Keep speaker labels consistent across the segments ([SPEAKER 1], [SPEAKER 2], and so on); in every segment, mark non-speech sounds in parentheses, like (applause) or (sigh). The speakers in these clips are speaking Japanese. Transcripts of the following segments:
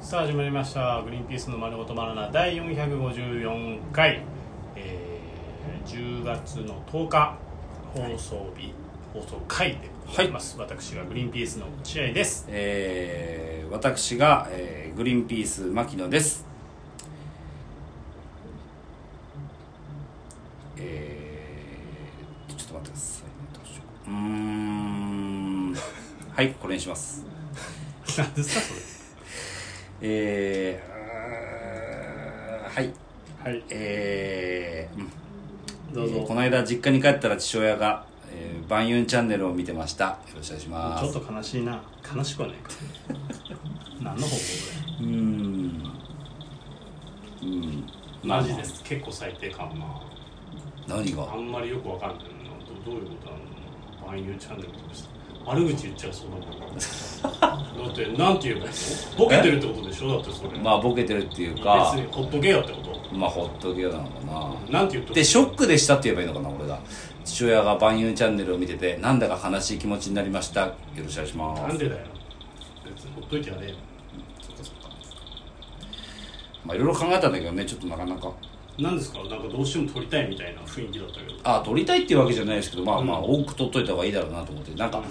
[SPEAKER 1] さあ始まりました「グリーンピースの丸ごとバナナ」第454回、えー10月の10日放送日、放送回でございます、私がグリーンピースの落合です
[SPEAKER 2] えー私が、えーグリーンピース牧野です、えーちょっと待ってくださいねどうしよううーんはいこれにします
[SPEAKER 1] 何ですかそ
[SPEAKER 2] えーあーはい
[SPEAKER 1] れはい
[SPEAKER 2] えーうん
[SPEAKER 1] どうぞ
[SPEAKER 2] えーこの間実家に帰ったら父親が、えー、万有チャンネルを見てましたよろしくお願いしま
[SPEAKER 1] ち
[SPEAKER 2] す
[SPEAKER 1] ょっと悲しいな悲しくは (laughs) ないか何の報告
[SPEAKER 2] うーんうん
[SPEAKER 1] だよマジです結構最低かもな
[SPEAKER 2] 何
[SPEAKER 1] あ
[SPEAKER 2] が
[SPEAKER 1] んまりよくわかんないなどどういうことなの万有チャンネルとかして悪口言っちゃうそうだもんだってなんて言えばいいのボケてるってことでしょだってそれ
[SPEAKER 2] まあボケてるっていうか
[SPEAKER 1] 別にほっとけよってこと
[SPEAKER 2] まあほっとけよなのかな
[SPEAKER 1] なんて言っとく
[SPEAKER 2] でショックでしたって言えばいいのかな俺が父親が万有チャンネルを見ててなんだか悲しい気持ちになりましたよろしくお願いします
[SPEAKER 1] なんでだよ別にほっといてやれよ
[SPEAKER 2] そっかそっかまあいろいろ考えたんだけどねちょっとなかなか
[SPEAKER 1] なんですかなんかどうしても撮りたいみたいな雰囲気だったけど
[SPEAKER 2] あ撮りたいっていうわけじゃないですけどまあまあ
[SPEAKER 1] う
[SPEAKER 2] 多く撮っといた方がいいだろうなと思ってなん
[SPEAKER 1] う
[SPEAKER 2] か
[SPEAKER 1] ん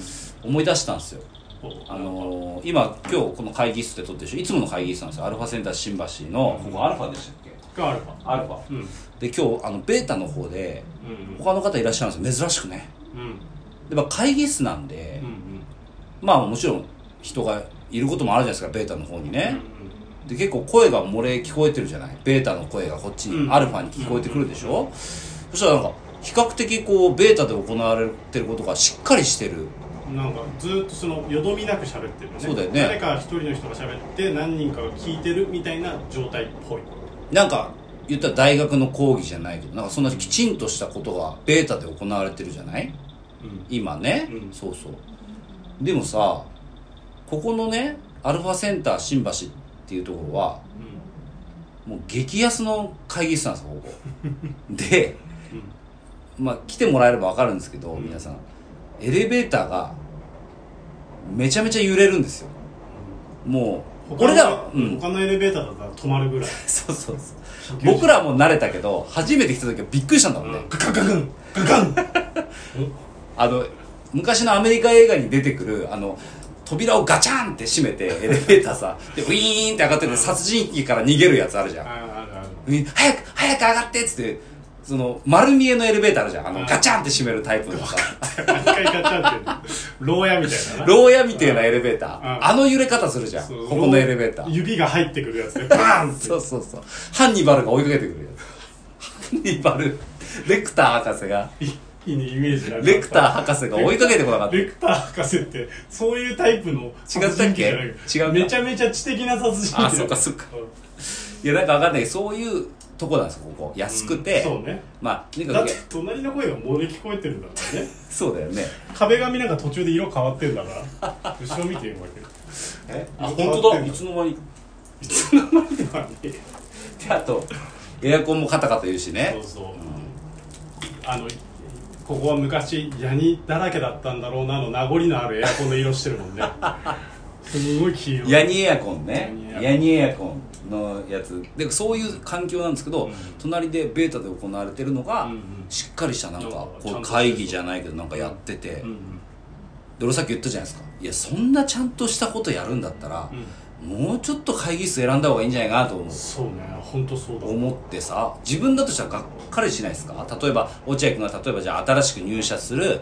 [SPEAKER 2] 思い出したんですよ
[SPEAKER 1] こう
[SPEAKER 2] あのー今今日この会議室で撮ってるでしょいつもの会議室なんですよアルファセンター新橋のここアルファでしたっけ
[SPEAKER 1] があれば
[SPEAKER 2] アルファ
[SPEAKER 1] うんうん
[SPEAKER 2] で今日あのベータの方で
[SPEAKER 1] うん
[SPEAKER 2] 他の方いらっしゃるんですよ珍しくね
[SPEAKER 1] うん
[SPEAKER 2] でまあ会議室なんで、
[SPEAKER 1] うんうん
[SPEAKER 2] まあもちろん人がいることもあるじゃないですかベータの方に
[SPEAKER 1] うん
[SPEAKER 2] ね、で結構声が漏れ聞こえてるじゃないベータの声がこっちに、
[SPEAKER 1] うん
[SPEAKER 2] アルファに聞こえてくるでしょ、そしたらなんか比較的こうベータで行われてることがしっかりしてる
[SPEAKER 1] うんなんかずっとそのよどみなく喋ってるね
[SPEAKER 2] そうだよね
[SPEAKER 1] 誰か一人の人が喋って何人かが聞いてるみたいな状態っぽい
[SPEAKER 2] なんか言ったら大学の講義じゃないけどなんかそんなきちんとしたことがベータで行われてるじゃない
[SPEAKER 1] うん
[SPEAKER 2] 今ね、
[SPEAKER 1] うん
[SPEAKER 2] そうそうでもさここのねアルファセンター新橋っていうところはもう激安の会議室なんですよここで、まあ、来てもらえれば分かるんですけど、
[SPEAKER 1] うん
[SPEAKER 2] 皆さんエレベーターがめちゃめちゃ揺れるんですよもう
[SPEAKER 1] 他
[SPEAKER 2] 俺
[SPEAKER 1] の
[SPEAKER 2] ら、うん、
[SPEAKER 1] 他のエレベーターだったら止まるぐらい
[SPEAKER 2] そうそうそう僕らはもう慣れたけど初めて来た時はびっくりしたんだもんね、
[SPEAKER 1] ガガガンガガン
[SPEAKER 2] あの昔のアメリカ映画に出てくるあの扉をガチャンって閉めてエレベーターさでウィーンって上がってて殺人鬼から逃げるやつあるじゃん
[SPEAKER 1] ああるある
[SPEAKER 2] 早く早く上がってっつってその丸見えのエレベーターあるじゃんあの
[SPEAKER 1] うん
[SPEAKER 2] ガチャンって閉めるタイプのさ
[SPEAKER 1] 何回ガチャンって牢屋みたいなな
[SPEAKER 2] 牢屋みたいなエレベータ
[SPEAKER 1] う
[SPEAKER 2] ー
[SPEAKER 1] ん
[SPEAKER 2] あの揺れ方するじゃん
[SPEAKER 1] そう
[SPEAKER 2] ここのエレベー
[SPEAKER 1] (laughs)
[SPEAKER 2] ター
[SPEAKER 1] 指が入ってくるやつで
[SPEAKER 2] バ
[SPEAKER 1] バー
[SPEAKER 2] ー
[SPEAKER 1] ン
[SPEAKER 2] ン
[SPEAKER 1] って
[SPEAKER 2] そうそうそうハンニバルが追いかけてくるやつハンニバルレクター博士が
[SPEAKER 1] いいねイメージな
[SPEAKER 2] レクター博士が追いかけてこなかった
[SPEAKER 1] レクター博士ってそういうタイプの殺人鬼じゃない
[SPEAKER 2] 違ったっけ違うか
[SPEAKER 1] めちゃめちゃ知的な殺人鬼
[SPEAKER 2] あそっかそっか
[SPEAKER 1] うん
[SPEAKER 2] いやなんかわかんないけどそういうとこなんですよここ安くて、
[SPEAKER 1] そうね
[SPEAKER 2] まあとに
[SPEAKER 1] だ
[SPEAKER 2] か
[SPEAKER 1] っ
[SPEAKER 2] く
[SPEAKER 1] て隣の声が漏れ聞こえてるんだからね
[SPEAKER 2] そうだよね
[SPEAKER 1] 壁紙なんか途中で色変わってんだから後ろ見てよこ
[SPEAKER 2] (laughs) え
[SPEAKER 1] あ本当だい
[SPEAKER 2] つの間に
[SPEAKER 1] れいつの間にかね
[SPEAKER 2] であとエアコンもカタカタ言うしね
[SPEAKER 1] そうそう、あのここは昔ヤニだらけだったんだろうなの名残のあるエアコンの色してるもんね (laughs) すごい黄色い
[SPEAKER 2] ヤニエアコンね
[SPEAKER 1] ヤ
[SPEAKER 2] ヤニエアコンのやつでそういう環境なんですけど、
[SPEAKER 1] うん
[SPEAKER 2] 隣でベータで行われてるのが、
[SPEAKER 1] うんうん
[SPEAKER 2] しっかりしたなんか
[SPEAKER 1] なんか
[SPEAKER 2] こ
[SPEAKER 1] ちゃん
[SPEAKER 2] う
[SPEAKER 1] と
[SPEAKER 2] 会議じゃないけどなんかやってて、
[SPEAKER 1] う
[SPEAKER 2] で
[SPEAKER 1] ん
[SPEAKER 2] 俺さっき言ったじゃないですかいやそんなちゃんとしたことやるんだったら
[SPEAKER 1] う、ん、
[SPEAKER 2] もうちょっと会議室選んだ方がいいんじゃないかなと思う
[SPEAKER 1] そうね本当そうだ
[SPEAKER 2] 思ってさ自分だとしたらがっかりしないですか例えば落合君が例えばじゃあ新しく入社する、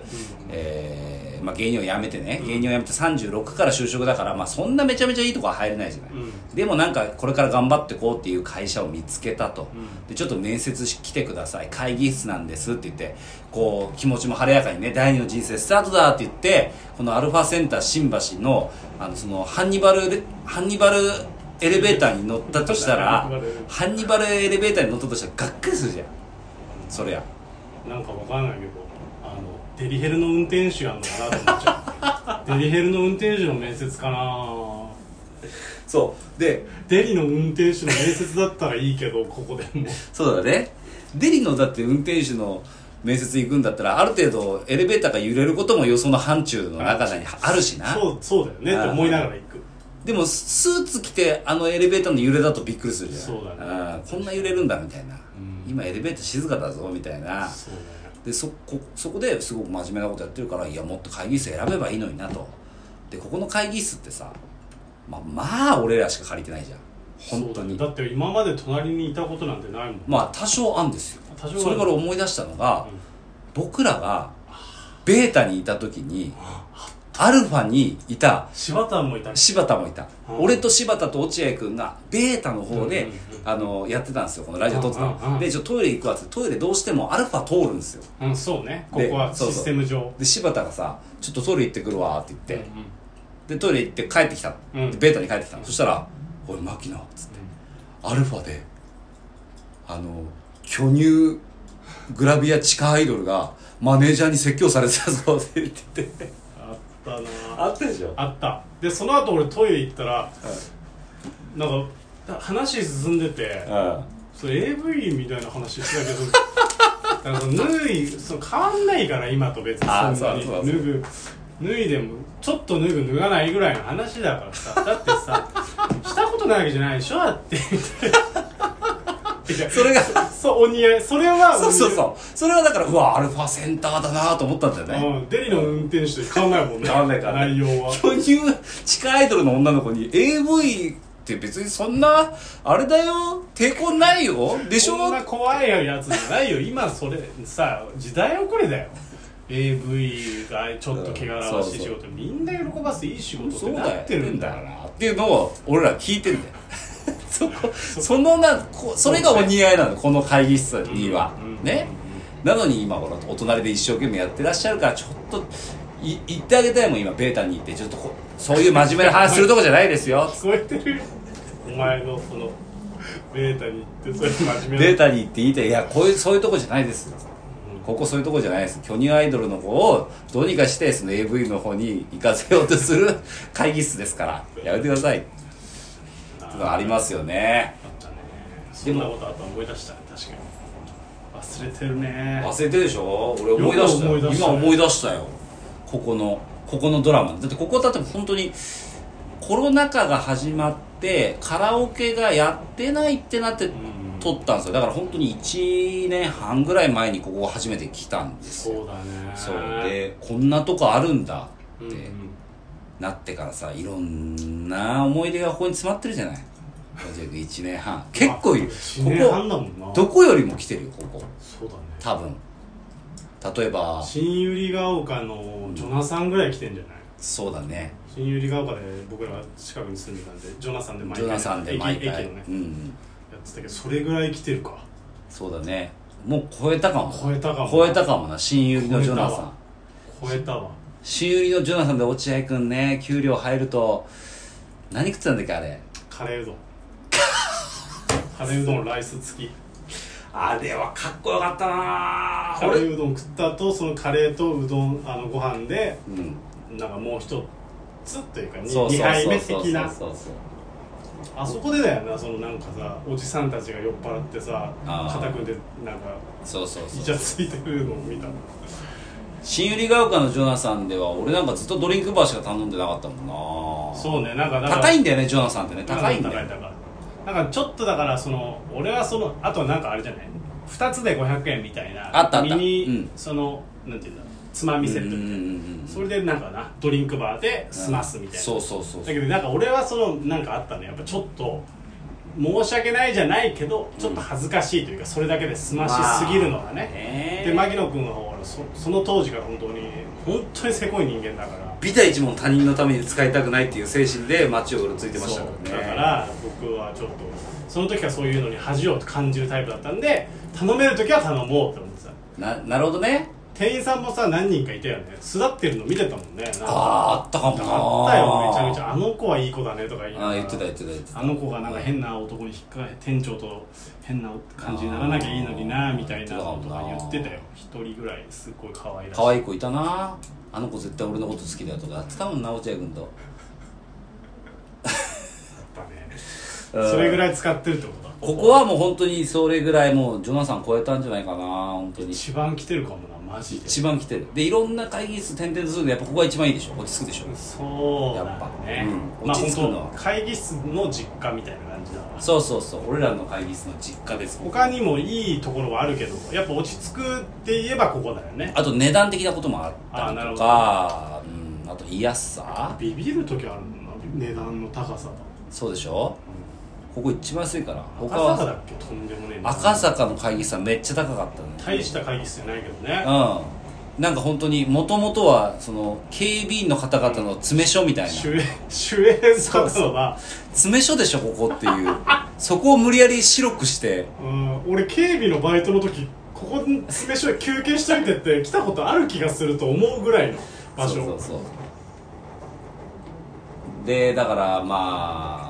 [SPEAKER 2] えーまあ、芸人を辞めてね、
[SPEAKER 1] うん
[SPEAKER 2] 芸人を辞めて36から就職だから、まあ、そんなめちゃめちゃいいとこは入れないじゃない、
[SPEAKER 1] うん
[SPEAKER 2] でもなんかこれから頑張ってこうっていう会社を見つけたと、
[SPEAKER 1] うん
[SPEAKER 2] でちょっと面接し来てください会議室なんですって言ってこう気持ちも晴れやかにね第二の人生スタートだって言ってこのアルファセンター新橋のあのそのハンニバルレハンニバルエレベーターに乗ったとしたらハンニバルエレベーターに乗ったとしたらがっかりするじゃんそりゃ
[SPEAKER 1] なんかわかんないけどあのデリヘルの運転手やんのかなと思っちゃ
[SPEAKER 2] (laughs)
[SPEAKER 1] うデリヘルの運転手の面接かな
[SPEAKER 2] そうで
[SPEAKER 1] デリの運転手の面接だったらいいけどここでも
[SPEAKER 2] そうだねデリのだって運転手の面接行くんだったらある程度エレベーターが揺れることも予想の範疇の中にあるしな
[SPEAKER 1] そうそうだよねって思いながら行く
[SPEAKER 2] でもスーツ着てあのエレベーターの揺れだとびっくりするじゃん
[SPEAKER 1] そうだね
[SPEAKER 2] あーこんな揺れるんだみたいな、
[SPEAKER 1] ん
[SPEAKER 2] 今エレベーター静かだぞみたいな
[SPEAKER 1] そうだね
[SPEAKER 2] でそこそこですごく真面目なことやってるからいやもっと会議室選べばいいのになとでここの会議室ってさまあまあ俺らしか借りてないじゃん本当
[SPEAKER 1] そうだね
[SPEAKER 2] に、
[SPEAKER 1] だって今まで隣にいたことなんてないもん、
[SPEAKER 2] まあ多少あんですよ
[SPEAKER 1] 多少ある
[SPEAKER 2] それから思い出したのが、
[SPEAKER 1] うん
[SPEAKER 2] 僕らがベータにいた時にアルファにいた
[SPEAKER 1] 柴田もいたし
[SPEAKER 2] 柴田もいた、
[SPEAKER 1] うん
[SPEAKER 2] 俺と柴田と落合君がベータの方で、
[SPEAKER 1] うんうんう
[SPEAKER 2] あのやってたんですよこのラジオ撮ってたの、
[SPEAKER 1] うんうんうん
[SPEAKER 2] でちょっとトイレ行くわっつってトイレどうしてもアルファ通るんですよ
[SPEAKER 1] うんそうねこ
[SPEAKER 2] で
[SPEAKER 1] こは
[SPEAKER 2] そうそ
[SPEAKER 1] シ
[SPEAKER 2] う
[SPEAKER 1] ステム上
[SPEAKER 2] で柴田がさ「ちょっとトイレ行ってくるわ」って言って、
[SPEAKER 1] うんうん
[SPEAKER 2] でトイレ行って帰ってきた、
[SPEAKER 1] うん
[SPEAKER 2] でベータに帰ってきたの、そしたら「おい牧野」っつってアルファであの巨乳グラビア地下アイドルがマネージャーに説教されてたぞって言ってて
[SPEAKER 1] あったなあ
[SPEAKER 2] ったでしょ
[SPEAKER 1] あったでその後俺トイレ行ったらなんか話進んでて
[SPEAKER 2] うん
[SPEAKER 1] それ AV みたいな話してた
[SPEAKER 2] (laughs)
[SPEAKER 1] けどなんかその脱いその変わんないから今と別に
[SPEAKER 2] あー
[SPEAKER 1] そんなに
[SPEAKER 2] そう
[SPEAKER 1] 脱
[SPEAKER 2] そうそう
[SPEAKER 1] ぐ脱いでもちょっと脱ぐ脱がないぐらいの話だからさだってさしたことないわけじゃないでしょだって
[SPEAKER 2] そ (laughs) れが
[SPEAKER 1] そうお似合いそれは
[SPEAKER 2] そうそうそう。それはだから、うわ、アルファセンターだなと思ったんだよね。
[SPEAKER 1] うん、デリの運転手と変わんないもんね
[SPEAKER 2] 変わんない変わんない
[SPEAKER 1] 内容は
[SPEAKER 2] 巨乳地下アイドルの女の子に AV って別にそんな、あれだよ、抵抗ないよ、でしょ
[SPEAKER 1] そんな怖いやつじゃないよ今それさ時代遅れだよ AV がちょっと毛がらわしい仕事みんな喜ばすいい仕事ってなってるんだから
[SPEAKER 2] っていうのを俺ら聞いてんだ
[SPEAKER 1] (laughs)
[SPEAKER 2] よそこそのなこそれがお似合いなのこの会議室には、
[SPEAKER 1] うん
[SPEAKER 2] ねなのに今ほらお隣で一生懸命やってらっしゃるからちょっとい言ってあげたいもん今ベータに行ってちょっとこそういう真面目な話するとこじゃないですよ
[SPEAKER 1] 聞こえてるお前のそのベータに行ってそれ真面目
[SPEAKER 2] ベ
[SPEAKER 1] な
[SPEAKER 2] ータに行って言いたいいやこういうそういうとこじゃないです
[SPEAKER 1] うん
[SPEAKER 2] ここそういうとこじゃないです巨乳アイドルの方をどうにかしてその AV の方に行かせようとする会議室ですからやめてくださいっていうのはありますよね
[SPEAKER 1] あったねそんなことあと思い出したね確かに忘れてるね
[SPEAKER 2] 忘れてるでしょ俺思い出したよ
[SPEAKER 1] よく思い出した
[SPEAKER 2] 今思い出したよここのここのドラマだってここだって本当にコロナ禍が始まってカラオケがやってないってなって
[SPEAKER 1] ん
[SPEAKER 2] 撮ったんですよだから本当に1年半ぐらい前にここを初めて来たんですよ
[SPEAKER 1] そうだね
[SPEAKER 2] そうでこんなとこあるんだ
[SPEAKER 1] うん
[SPEAKER 2] っ
[SPEAKER 1] う
[SPEAKER 2] て
[SPEAKER 1] ん
[SPEAKER 2] なってからさいろんな思い出がここに詰まってるじゃない1年半結構いる
[SPEAKER 1] 一年半だもんな
[SPEAKER 2] ここどこよりも来てるよここ
[SPEAKER 1] そうだね
[SPEAKER 2] 多分例えば
[SPEAKER 1] 新百合ヶ丘のジョナサンぐらい来てんじゃない
[SPEAKER 2] そうだね
[SPEAKER 1] 新百合ヶ丘で僕ら近くに住んでたんでジョナサンで毎
[SPEAKER 2] ジ
[SPEAKER 1] 回
[SPEAKER 2] ョナサンで毎回、
[SPEAKER 1] 駅駅のね
[SPEAKER 2] うんうん
[SPEAKER 1] やってたけどそれぐらい来てるか
[SPEAKER 2] そうだねもう超えたかも
[SPEAKER 1] 超えたかも
[SPEAKER 2] 超えたかもな新百合のジョナ
[SPEAKER 1] 超え
[SPEAKER 2] サ
[SPEAKER 1] た
[SPEAKER 2] ン
[SPEAKER 1] わ超えたわ
[SPEAKER 2] 新百合のジョナサンで落合君ね給料入ると何食ってたんだっけあれ
[SPEAKER 1] カレーうどんカレーうどんライス付き
[SPEAKER 2] あれはかっこよかった
[SPEAKER 1] カ
[SPEAKER 2] な
[SPEAKER 1] レ
[SPEAKER 2] 俺
[SPEAKER 1] ーうどん食った後そのカレーとうどんあのご飯で
[SPEAKER 2] うん
[SPEAKER 1] なんかもう一つというか
[SPEAKER 2] そう
[SPEAKER 1] 2,
[SPEAKER 2] そう
[SPEAKER 1] 杯
[SPEAKER 2] そ
[SPEAKER 1] 目
[SPEAKER 2] うそう
[SPEAKER 1] 的な
[SPEAKER 2] そうそう
[SPEAKER 1] あそこでだよなそのなんかさおじさんたちが酔っ払ってさ
[SPEAKER 2] あー
[SPEAKER 1] 肩組んでなんか
[SPEAKER 2] そうそう
[SPEAKER 1] イ
[SPEAKER 2] そ
[SPEAKER 1] チ
[SPEAKER 2] う
[SPEAKER 1] ャついてるのを見たの
[SPEAKER 2] 新百合ヶ丘のジョナサンでは俺なんかずっとドリンクバーしか頼んでなかったもんな
[SPEAKER 1] そうねなんかだから
[SPEAKER 2] 高いんだよねジョナサンってね
[SPEAKER 1] なんか
[SPEAKER 2] 高いんだ
[SPEAKER 1] 高い
[SPEAKER 2] よ
[SPEAKER 1] 高いなんかちょっとだからその俺はそのあとはなんかあれじゃない2つで500円みたいな
[SPEAKER 2] あったあった
[SPEAKER 1] ミニ、
[SPEAKER 2] うん
[SPEAKER 1] そのなんていうんだろうつまみセットみたいな、
[SPEAKER 2] み
[SPEAKER 1] それでなんかなドリンクバーで済ますみたいな、
[SPEAKER 2] そうそうそう
[SPEAKER 1] だけどなんか俺はそのなんかあったねやっぱちょっと申し訳ないじゃないけどちょっと恥ずかしいというかそれだけで済ましすぎるのがね、
[SPEAKER 2] ね
[SPEAKER 1] で牧野君はほらそその当時から本当に本当にせこい人間だから
[SPEAKER 2] ビタ一文他人のために使いたくないっていう精神で街をうろついてましたからね
[SPEAKER 1] そうだから僕はちょっとその時はそういうのに恥を感じるタイプだったんで頼める時は頼もうって思ってた
[SPEAKER 2] ななるほどね
[SPEAKER 1] 店員さんもさ何人かいたよね巣立ってるの見てたもんねなんか
[SPEAKER 2] あああったかもな
[SPEAKER 1] あったよめちゃめちゃあの子はいい子だねとか言いなが
[SPEAKER 2] あ
[SPEAKER 1] ら
[SPEAKER 2] ー言ってた言ってた言ってた
[SPEAKER 1] あの子がなんか変な男に引っかかえ店長と変な感じにならなきゃいいのにな
[SPEAKER 2] あー
[SPEAKER 1] みたいなことが言ってたよ一人ぐらいすごい可愛らしい
[SPEAKER 2] 可愛い子いたなあの子絶対俺のこと好きだよとかやってたもんな落合君と
[SPEAKER 1] だったねそれぐらい使ってるってことだ
[SPEAKER 2] ここはもう本当にそれぐらいもうジョナサン超えたんじゃないかな本当に
[SPEAKER 1] 一番来てるかもなマジで
[SPEAKER 2] 一番来てるでいろんな会議室転々とするのやっぱここが一番いいでしょ落ち着くでしょ
[SPEAKER 1] そうだ
[SPEAKER 2] やっぱ
[SPEAKER 1] ね、
[SPEAKER 2] うん
[SPEAKER 1] まあ
[SPEAKER 2] 落ち着くのは
[SPEAKER 1] 本当会議室の実家みたいな感じだな
[SPEAKER 2] そうそうそう俺らの会議室の実家です
[SPEAKER 1] 他にもいいところはあるけどやっぱ落ち着くって言えばここだよね
[SPEAKER 2] あと値段的なこともあった
[SPEAKER 1] あ
[SPEAKER 2] り
[SPEAKER 1] なるほ
[SPEAKER 2] と
[SPEAKER 1] ど
[SPEAKER 2] かうんあと癒やすさ
[SPEAKER 1] ビビる時あるもんな値段の高さ
[SPEAKER 2] そうでしょここ一番安いから
[SPEAKER 1] と
[SPEAKER 2] 他
[SPEAKER 1] 赤坂
[SPEAKER 2] は
[SPEAKER 1] だっけとんでもねえな
[SPEAKER 2] 赤坂の会議室はめっちゃ高かったね
[SPEAKER 1] 大した会議室じゃないけどね
[SPEAKER 2] うんなんか本当にもともとはその警備員の方々の詰め所みたいな
[SPEAKER 1] 主演主演とかのは
[SPEAKER 2] 詰め所でしょここっていうそこを無理やり白くして
[SPEAKER 1] うん俺警備のバイトの時ここ詰め所で休憩しといてって来たことある気がすると思うぐらいの場所
[SPEAKER 2] そうそうそうでだからまあ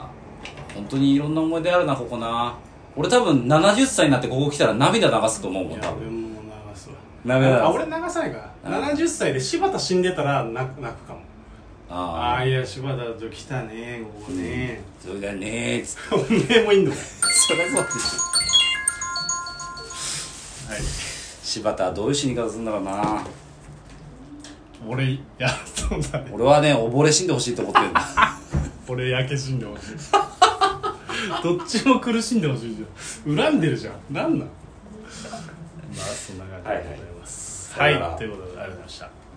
[SPEAKER 2] 本当にいろんな思い出あるなここな俺多分70歳になってここ来たら涙流すと思うも
[SPEAKER 1] い
[SPEAKER 2] ん
[SPEAKER 1] や
[SPEAKER 2] 多分
[SPEAKER 1] 俺もう流すわ
[SPEAKER 2] ダメだ
[SPEAKER 1] あ俺流さないか
[SPEAKER 2] うん
[SPEAKER 1] 70歳で柴田死んでたら泣く泣くかもあ
[SPEAKER 2] あ
[SPEAKER 1] あいや柴田と来たねここ (laughs) ね、
[SPEAKER 2] あそれだねーっつって
[SPEAKER 1] おめえもいんのか
[SPEAKER 2] そりゃそうでしょ
[SPEAKER 1] はい
[SPEAKER 2] 柴田はどういう死に方するんだろうな
[SPEAKER 1] 俺いやそうだね
[SPEAKER 2] 俺はね溺れ死んでほしいと思ってるんだ
[SPEAKER 1] 俺焼け死んでほ (laughs) しいどっちも苦しんでほしいじゃん恨んでるじゃんなんなんまあそんな感じでございます
[SPEAKER 2] は
[SPEAKER 1] はいい、
[SPEAKER 2] はい
[SPEAKER 1] ということでありがとうございました